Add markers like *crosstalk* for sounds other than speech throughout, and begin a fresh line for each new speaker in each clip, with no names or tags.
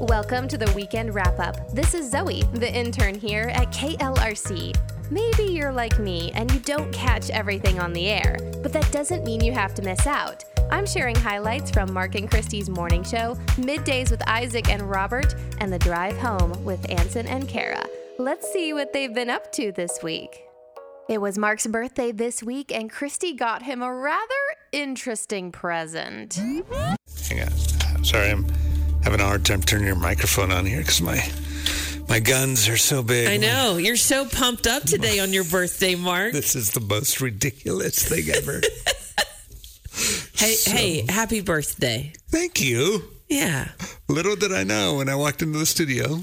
Welcome to the weekend wrap up. This is Zoe, the intern here at KLRC. Maybe you're like me and you don't catch everything on the air, but that doesn't mean you have to miss out. I'm sharing highlights from Mark and Christie's morning show, middays with Isaac and Robert, and the drive home with Anson and Kara. Let's see what they've been up to this week. It was Mark's birthday this week, and Christy got him a rather interesting present.
Hang on. Uh, Sorry, I'm having a hard time turning your microphone on here because my my guns are so big.
I know. You're so pumped up today on your birthday,
*laughs*
Mark.
This is the most ridiculous thing ever.
Hey, hey, happy birthday.
Thank you.
Yeah.
Little did I know when I walked into the studio.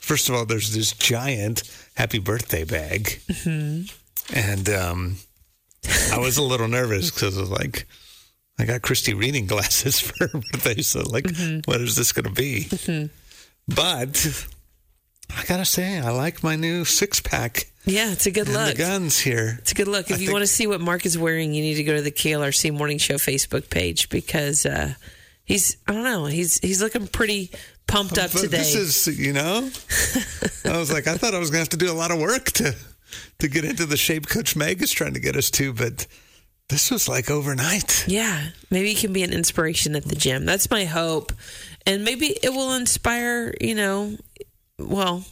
First of all, there's this giant happy birthday bag, and um, I was a little nervous because I was like, I got Christy reading glasses *laughs* for her birthday, so like, what is this going to be? But I gotta say, I like my new six pack
Yeah, it's a good
and the
look.
guns here.
It's a good look. If you
think-
want to see what Mark is wearing, you need to go to the KLRC Morning Show Facebook page because uh, he's I don't know, he's he's looking pretty pumped up
But
today.
This is, you know, I was like, I thought I was gonna have to do a lot of work to to get into the shape Coach Meg is trying to get us to, but this was like overnight.
yeah, maybe he can be an inspiration at the gym. That's my hope. And maybe it will inspire, you know, well,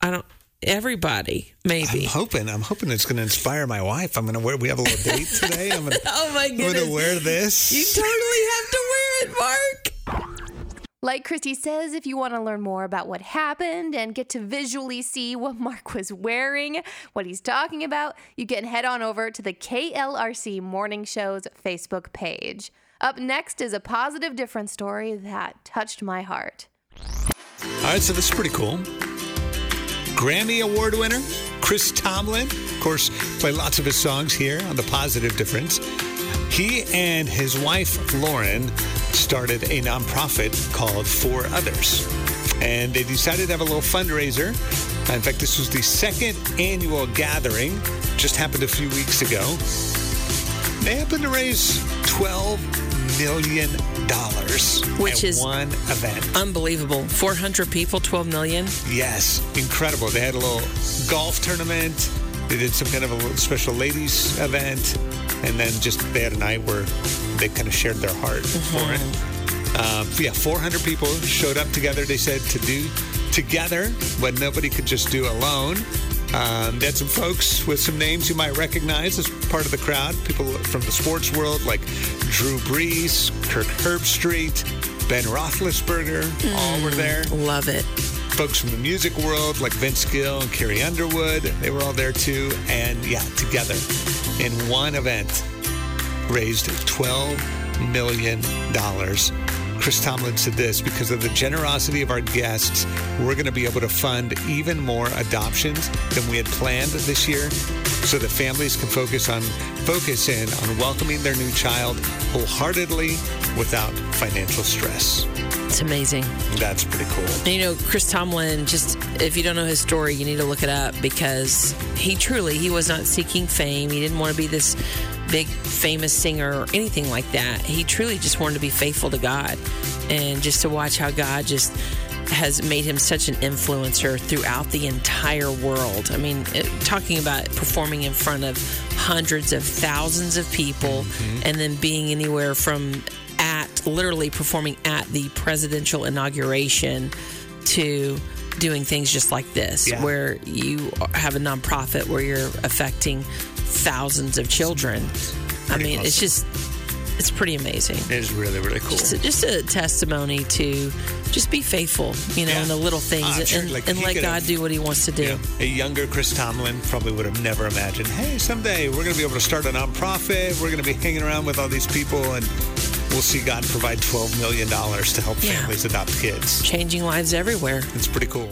I don't everybody
I'm
maybe.
hoping, I'm hoping it's gonna inspire my wife. I'm gonna wear. We have a little date today. I'm
*laughs*
gonna,
Oh my
I'm gonna
goodness.
wear
You
this.
totally have to wear it, Mark.
Like Christy says, if you want to learn more about what happened and get to visually see what Mark was wearing, what he's talking about, you can head on over to the KLRC Morning Show's Facebook page. Up next is a positive difference story that touched my heart.
All right, so this is pretty cool. Grammy Award winner Chris Tomlin, of course, play lots of his songs here on The Positive Difference. He and his wife Lauren started a nonprofit called For Others. And they decided to have a little fundraiser. In fact, this was the second annual gathering, just happened a few weeks ago. They happened to raise $12 million
Which
at
is-
one event.
Unbelievable. 400 people, 12 million.
Yes, incredible. They had a little golf tournament. They did some kind of a little special ladies event, and then just they had a night where they kind of shared their heart for it. Uh, yeah, 400 people showed up together. They said to do together what nobody could just do alone. Um, they had some folks with some names you might recognize as part of the crowd. People from the sports world like Drew Brees, Kirk Herbstreit, Ben Roethlisberger, all were there
Love it.
folks from the music world like Vince Gill and Carrie Underwood. They were all there too. And yeah, together in one event raised $12 million. Chris Tomlin said this because of the generosity of our guests, we're going to be able to fund even more adoptions than we had planned this year so that families can focus on focus in on welcoming their new child wholeheartedly without financial stress.
It's amazing.
That's pretty cool.
And, you know, Chris Tomlin, just if you don't know his story, you need to look it up because he truly, he was not seeking fame. He didn't want to be this big famous singer or anything like that. He truly just wanted to be faithful to God and just to watch how God just has made him such an influencer throughout the entire world. I mean, it, talking about performing in front of hundreds of thousands of people and then being anywhere from at literally performing at the presidential inauguration to doing things just like this
Yeah.
where you have a nonprofit where you're affecting thousands of children i
Pretty
mean it's
awesome.
just it's pretty amazing
It is really, really cool.
It's just a testimony to just be faithful you know
Yeah.
in the little things
Ah,
and,
sure,
and-
like,
and
he
let
could
god
have-
do what he wants to do
Yeah. A younger Chris Tomlin probably would have never imagined, hey, someday we're going to be able to start a nonprofit. We're going to be hanging around with all these people and we'll see God provide $12 million to help
Yeah.
families adopt kids.
changing lives everywhere
It's pretty cool.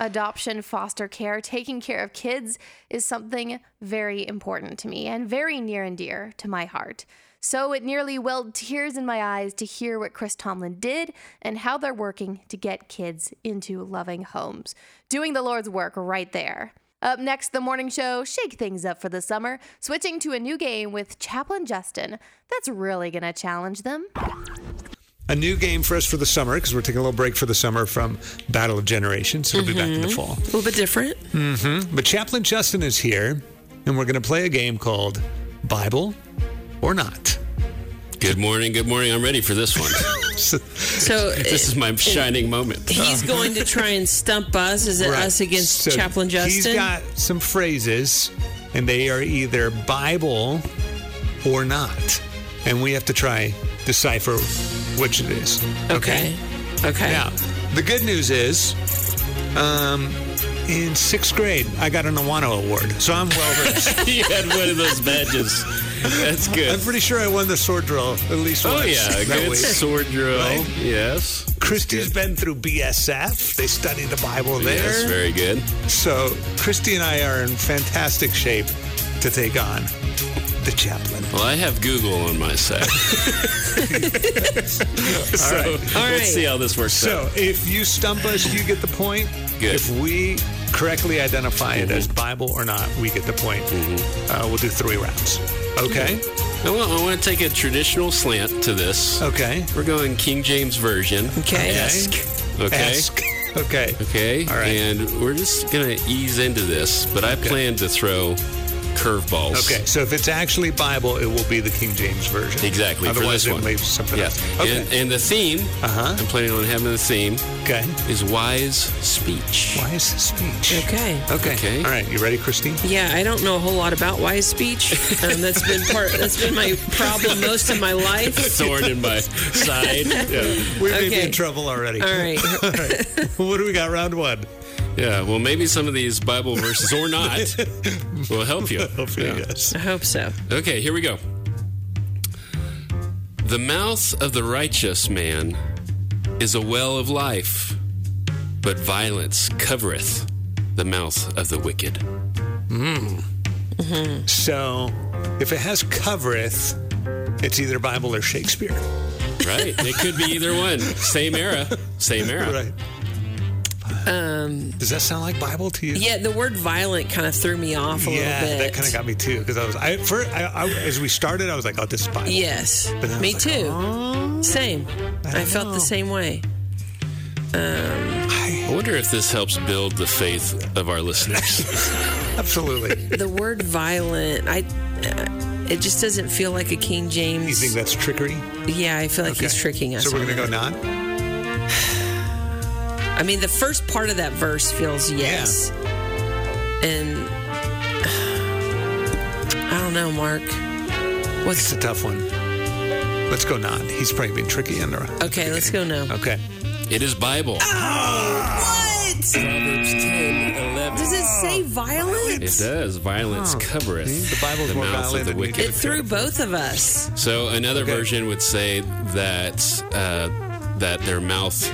adoption, foster care, taking care of kids is something very important to me and very near and dear to my heart. So it nearly welled tears in my eyes to hear what Chris Tomlin did and how they're working to get kids into loving homes. Doing the Lord's work right there. Up next, the morning show, shake things up for the summer, switching to a new game with Chaplain Justin. That's really gonna challenge them.
a new game for us for the summer because we're taking a little break for the summer from Battle of Generations. So we'll be back in the fall.
A little bit different.
Hmm. But Chaplain Justin is here, and we're going to play a game called Bible or Not. *laughs*
Good morning, good morning. I'm ready for this one.
So, *laughs*
So
this is my shining moment. *laughs*
he's going to try and stump us. Is it
Right.
us against
So
Chaplain Justin?
He's got some phrases, and they are either Bible or not. And we have to try decipher which it is.
okay. Okay.
Now, the good news is, um, in sixth grade, I got an Awano Award, so I'm well versed.
*laughs*
you had one of those badges. That's
I'm
good.
pretty sure I won the sword drill at least
Oh
once.
yeah, a
that
good
week.
sword drill.
Right?
Yes.
Christy's been through BSF. They study the Bible there.
Yes, very good.
So Christy and I are in fantastic shape to take on the chaplain.
Well, I have Google on
*laughs*
my side. so let's
All right.
see how this works out.
So if you stump us, you get the point.
Good. Mm-hmm.
If we correctly identify it as Bible or not, we get the point. Uh, we'll do three rounds. Okay.
I want, I want to take a traditional slant to this.
Okay.
We're going King James Version.
Okay.
Esque. Okay.
Ask. *laughs* Okay.
Okay.
All right.
And we're just going to ease into this, but I plan to throw curveballs.
Okay. So if it's actually Bible, it will be the King James version.
Exactly. for
Otherwise,
this
it
one.
leaves something
yeah.
else. Okay.
And, and the theme,
Uh-huh.
I'm planning on having the theme,
okay.
is wise speech.
Why is this speech?
Okay.
Okay.
Okay.
All right. You ready, Christine?
Yeah, I don't know a whole lot about wise speech. Um, that's been part. That's been my problem most of my life.
Thorn in *laughs* my side. Yeah.
We may be
Okay.
in trouble already.
All right.
what do we got? Round one.
yeah. Well, maybe some of these Bible verses or *laughs* not will help you.
Hopefully,
Yeah.
*laughs*
yes.
I hope so.
Okay, here we go. The mouth of the righteous man is a well of life, but violence covereth the mouth of the wicked.
So, if it has covereth, it's either Bible or Shakespeare.
Right? it could be either one. Same era. Same era.
Right. Um, Does that sound like Bible to you?
Yeah, the word violent kind of threw me off a
Yeah,
little bit.
that kind of got me too because I was I, for, I, I as we started I was like oh this is Bible.
Yes.
But then I
Me
was like,
too. same.
I
I, felt
know.
the same way.
I-
I wonder if this helps build the faith of our listeners.
absolutely.
The word violent, I. Uh, it just doesn't feel like a King James.
you think that's trickery?
yeah, I feel like he's
Okay.
tricking us.
So we're
on
gonna go
that.
not.
I mean, the first part of that verse feels yes, and *sighs* I don't know, Mark.
It's
What's
a tough one. Let's go not. He's probably being tricky in there.
okay? Let's go now.
Okay.
it is Bible.
What
Proverbs 10, 11.
does it say? Violent?
It does. Violence covereth
The Bible's
the
more
mouth
violent
of the
than we
wicked.
give
It threw both of us.
So another
Okay.
version would say that uh, that their mouth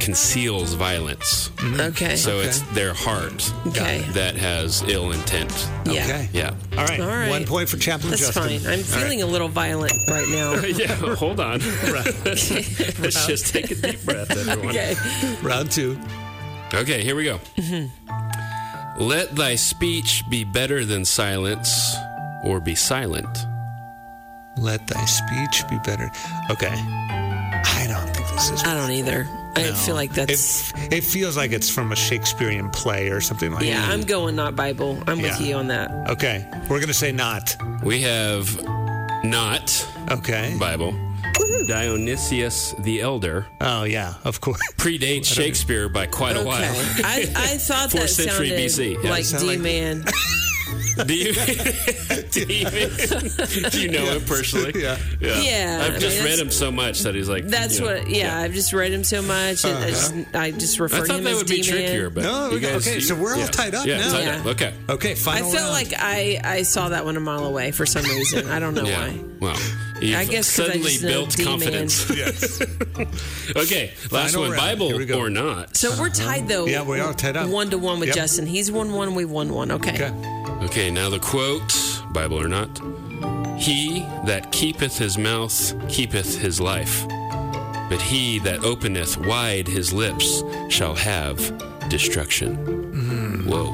conceals violence.
Mm-hmm. Okay.
So
Okay.
it's their heart
Okay.
that has ill intent.
yeah.
Okay.
Yeah.
All right.
All right.
One point for Chaplain
That's
Justin.
fine. I'm feeling a little violent right
*laughs*
now.
Yeah, hold on. Let's just take a deep breath, everyone.
okay.
Round two.
Okay, here we go.
Mm-hmm.
Let thy speech be better than silence, or be silent.
Let thy speech be better. Okay. I don't think this is.
I don't either. I feel like that's.
It, it feels like it's from a Shakespearean play or something like
yeah, I'm
that.
going not Bible. I'm with
Yeah.
you on that.
okay. We're going to say not.
We have not
Okay.
Bible. Dionysius the Elder
Oh, yeah, of course.
predates Shakespeare by quite a
Okay.
while.
I, I thought
Fourth
that
century
sounded
BC, yeah.
like
Sound
D
like-
man.
*laughs*
Do you, do you, do you know him personally?
*laughs* Yeah.
Yeah.
Yeah, I
I've
mean,
just
that's-
read him so much that he's like.
That's
you know,
what. Yeah, I've just read him so much.
Uh-huh.
And I just I just
I
refer to
thought
him
that
as
would be
D-Man.
trickier, but.
No,
you
okay,
guys,
okay,
you-
so we're all
yeah.
tied up
yeah,
now.
tied up,
Yeah.
Okay.
Okay,
I
final
felt
round.
like I I saw that one a mile away for some reason. I don't know
Yeah.
why.
Well, you've
I guess 'cause I
suddenly
just know
built
D-Man.
confidence.
*laughs*
Yes.
okay, last
Final
one
round. Here we
Bible
go.
or not.
So we're tied though.
Uh-huh. Yeah, we are tied up.
One to one with
Yep.
Justin. He's one one. We one one. Okay.
Okay.
Okay, now the quote Bible or not. He that keepeth his mouth keepeth his life, but he that openeth wide his lips shall have destruction.
Hmm.
Whoa.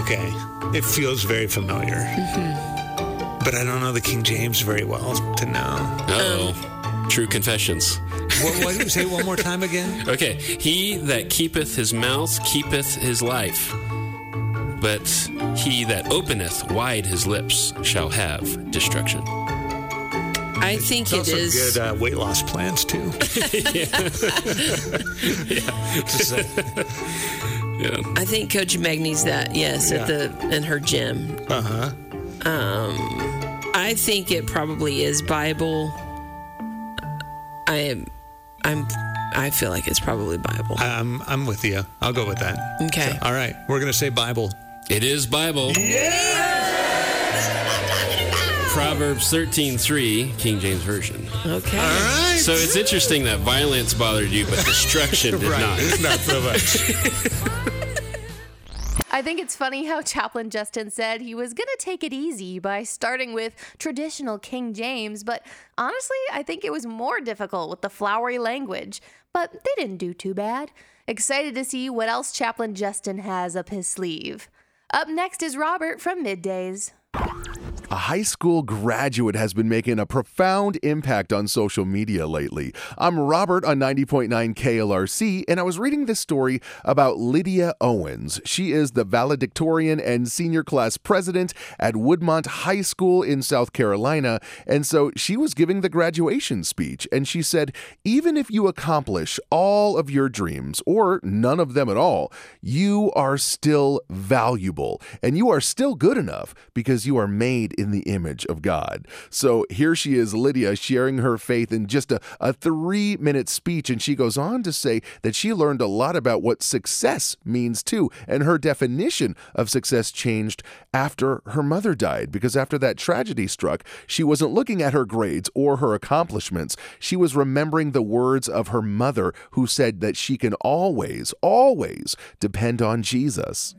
Okay. It feels very familiar.
Mm-hmm.
But I don't know the King James very well to know.
Uh oh. True confessions.
What, what did you say one more time again?
Okay, he that keepeth his mouth keepeth his life, but he that openeth wide his lips shall have destruction.
I think
It's
*laughs* it
also
is.
good uh, weight loss plans
*laughs*
too. *laughs* Just, uh,
Yeah.
I think Coach Meg needs that. Yes, at
Yeah.
the in her gym. Uh
Uh-huh.
Um, I think it probably is Bible. I am. I'm. I feel like it's probably Bible.
I'm I'm with you. I'll go with that.
Okay.
So, all right, we're gonna say Bible.
It is Bible. Proverbs 13:3, King James Version.
okay.
uh, All right.
So it's interesting that violence bothered you, but destruction did
right.
not.
It's not so much.
I think it's funny how Chaplain Justin said he was going to take it easy by starting with traditional King James, but honestly, I think it was more difficult with the flowery language. But they didn't do too bad. Excited to see what else Chaplain Justin has up his sleeve. Up next is Robert from Middays.
A high school graduate has been making a profound impact on social media lately. I'm Robert on 90.9 KLRC, and I was reading this story about Lydia Owens. She is the valedictorian and senior class president at Woodmont High School in South Carolina. And so she was giving the graduation speech, and she said, Even if you accomplish all of your dreams or none of them at all, you are still valuable and you are still good enough because you are made in the image of God. So here she is, Lydia, sharing her faith in just a, a three minute speech. And she goes on to say that she learned a lot about what success means too. And her definition of success changed after her mother died because after that tragedy struck, she wasn't looking at her grades or her accomplishments. She was remembering the words of her mother who said that she can always, always depend on Jesus.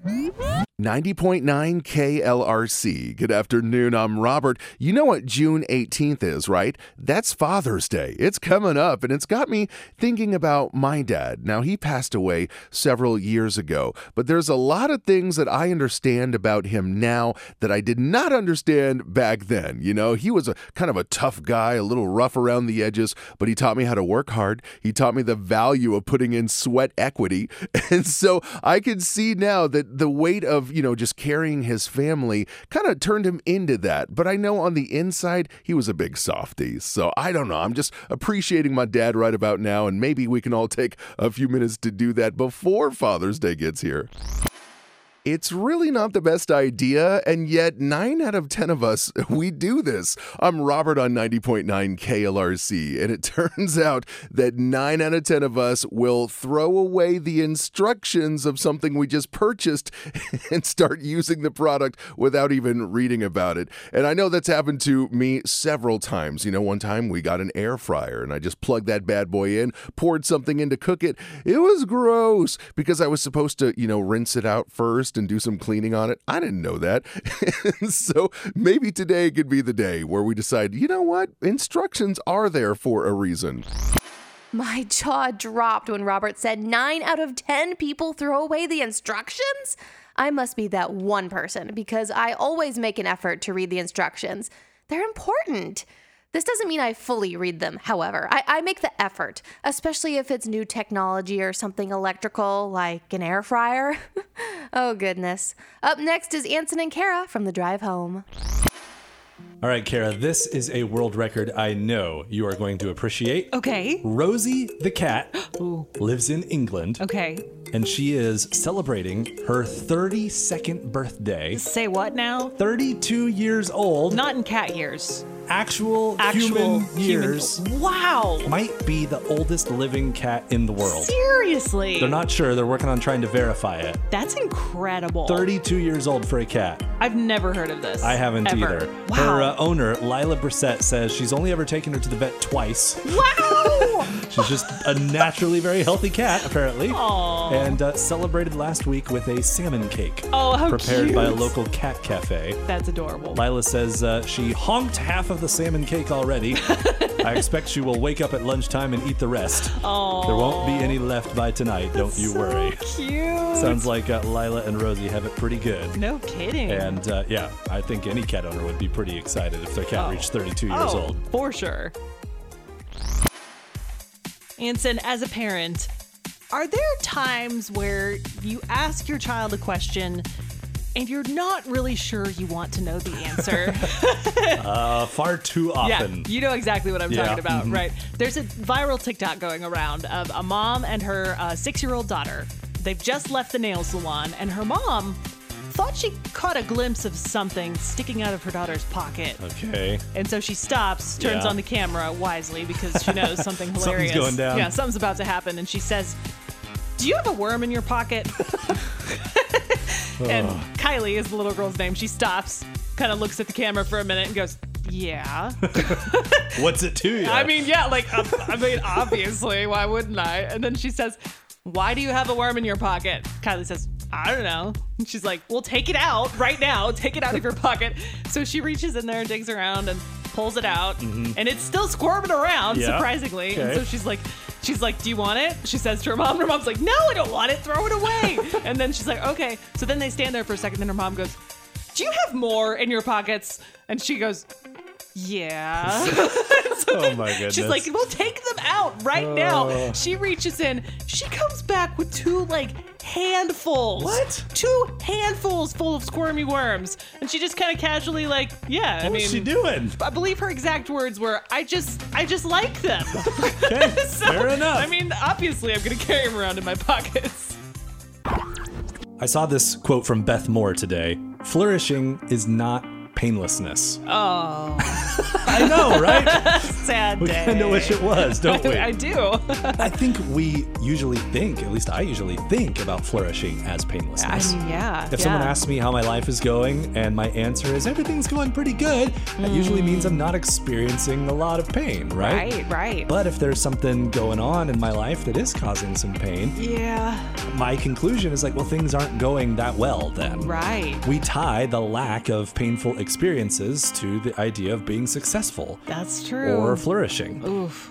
90.9 KLRC. Good afternoon. I'm Robert. You know what June 18th is, right? That's Father's Day. It's coming up, and it's got me thinking about my dad. Now, he passed away several years ago, but there's a lot of things that I understand about him now that I did not understand back then. You know, he was a kind of a tough guy, a little rough around the edges, but he taught me how to work hard. He taught me the value of putting in sweat equity. *laughs* And so I could see now that the weight of, you know, just carrying his family kind of turned him into that. But I know on the inside, he was a big softie. So I don't know. I'm just appreciating my dad right about now. And maybe we can all take a few minutes to do that before Father's Day gets here. It's really not the best idea, and yet nine out of 10 of us, *laughs* we do this. I'm Robert on 90.9 KLRC, and it *laughs* turns out that nine out of 10 of us will throw away the instructions of something we just purchased *laughs* and start using the product without even reading about it. And I know that's happened to me several times. You know, one time we got an air fryer, and I just plugged that bad boy in, poured something in to cook it. It was gross because I was supposed to, you know, rinse it out first and do some cleaning on it. I didn't know that. *laughs* so maybe today could be the day where we decide, you know what? Instructions are there for a reason.
My jaw dropped when Robert said 9 out of 10 people throw away the instructions. I must be that one person because I always make an effort to read the instructions. They're important. This doesn't mean I fully read them, however. I, I make the effort, especially if it's new technology or something electrical like an air fryer. *laughs* oh, goodness. Up next is Anson and Kara from the drive home.
All right, Kara, this is a world record I know you are going to appreciate.
Okay.
Rosie the cat lives in England
Okay.
and she is celebrating her 32nd birthday.
Say what now?
32 years old,
Not in cat years.
actual,
Actual
human years,
Wow.
might be the oldest living cat in the world.
Seriously.
They're not sure, they're working on trying to verify it.
That's incredible.
32 years old for a cat.
I've never heard of this.
I haven't
ever.
either.
Wow.
Her uh, owner, Lila Brissett, says she's only ever taken her to the vet twice.
wow.
*laughs* She's just a naturally very healthy cat, apparently.
Aw.
And uh, celebrated last week with a salmon cake
Oh, how
prepared
cute.
by a local cat cafe.
That's adorable.
Lila says uh, she honked half of the salmon
*laughs*
cake already. I expect she will wake up at lunchtime and eat the rest.
Aw.
There won't be any left by tonight, don't you
So
worry.
Cute.
Sounds like uh, Lila and Rosie have it pretty good.
No kidding.
And uh, yeah, I think any cat owner would be pretty excited if their cat
Oh.
reached 32 years
oh,
old.
for sure.
Anson, as a parent, are there times where you ask your child a question and you're not really sure you want to know the
*laughs*
answer?
Uh, far too often.
Yeah, you know exactly what I'm
Yeah. Mm-hmm.
talking about, right? There's a viral TikTok going around of a mom and her uh, six year old daughter. They've just left the nail salon, and her mom thought she caught a glimpse of something sticking out of her daughter's pocket.
Okay.
And so she stops, turns
Yeah.
on the camera wisely because
*laughs*
she knows something hilarious.
going down.
Yeah, something's about to happen. And she says, Do you have a worm in your
*laughs*
pocket? *laughs* and Kylie is the little girl's name. She stops, kind of looks at the camera for a minute and goes, Yeah.
What's it to you?
I mean, yeah, like, ob- I mean, obviously, why wouldn't I? And then she says, Why do you have a worm in your pocket? Kylie says, I don't know. And she's like, Well, take it out right now. Take it out of your pocket. So she reaches in there, digs around, and pulls it out. And it's still squirming around,
Mm-hmm. Yeah.
surprisingly. And
Okay.
so she's like, She's like, Do you want it? She says to her mom. Her mom's like, No, I don't want it. Throw
*laughs*
it away. and then she's like, Okay. So then they stand there for a second. Then her mom goes, Do you have more in your pockets? And she goes, Yeah.
oh my goodness.
*laughs* She's like, well, take them out right now. She reaches in. She comes back with two, like, handfuls.
What?
Two handfuls full of squirmy worms. And she just kind of casually, like, yeah, I
what
mean.
is she
*laughs*
doing?
I believe her exact words were, "I just, I just like
*laughs*
them."
Okay,
*laughs* So,
fair enough.
I mean, obviously, I'm gonna carry them around in my pockets.
I saw this quote from Beth Moore today. Flourishing is not painlessness. Oh. *laughs* I know,
*laughs*
right?
*laughs* Sad
We
day.
kind of wish it was, don't we?
*laughs* I do. *laughs*
I think we usually think, at least I usually think about flourishing as painlessness.
yeah.
if someone asks me how my life is going and my answer is everything's going pretty good, that usually means I'm not experiencing a lot of pain, right?
right.
But if there's something going on in my life that is causing some pain,
yeah.
my conclusion is like, well, things aren't going that well then.
Right.
We tie the lack of painful experiences to the idea of being successful
That's true.
or flourishing.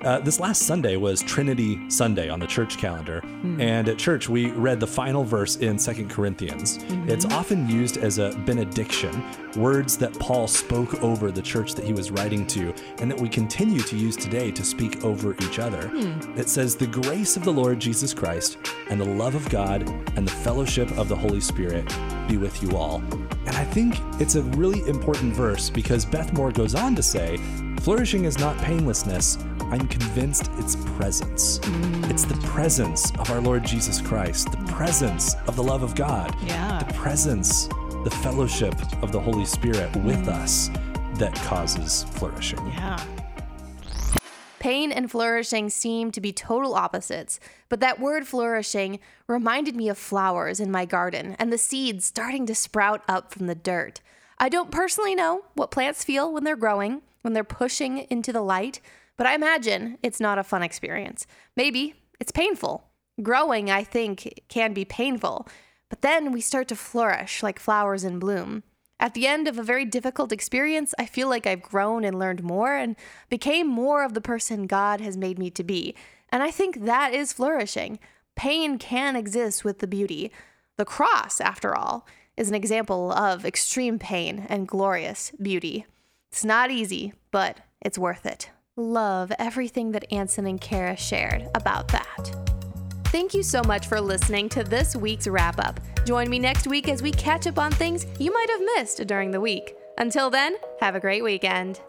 Uh, this last Sunday was Trinity Sunday on the church calendar. And at church, we read the final verse in 2 Corinthians. It's often used as a benediction, words that Paul spoke over the church that he was writing to, and that we continue to use today to speak over each other. It says, The grace of the Lord Jesus Christ, and the love of God, and the fellowship of the Holy Spirit be with you all. And I think it's a really important verse because Beth Moore goes on to say, Flourishing is not painlessness. I'm convinced it's presence. It's the presence of our Lord Jesus Christ, the presence of the love of God,
Yeah.
the presence, the fellowship of the Holy Spirit with us that causes flourishing.
yeah.
Pain and flourishing seem to be total opposites, but that word flourishing reminded me of flowers in my garden and the seeds starting to sprout up from the dirt. I don't personally know what plants feel when they're growing, when they're pushing into the light, but I imagine it's not a fun experience. Maybe it's painful. Growing, I think, can be painful, but then we start to flourish like flowers in bloom. At the end of a very difficult experience, I feel like I've grown and learned more and became more of the person God has made me to be. And I think that is flourishing. Pain can exist with the beauty. The cross, after all, is an example of extreme pain and glorious beauty. It's not easy, but it's worth it. Love everything that Anson and Kara shared about that. Thank you so much for listening to this week's wrap up. Join me next week as we catch up on things you might have missed during the week. Until then, have a great weekend.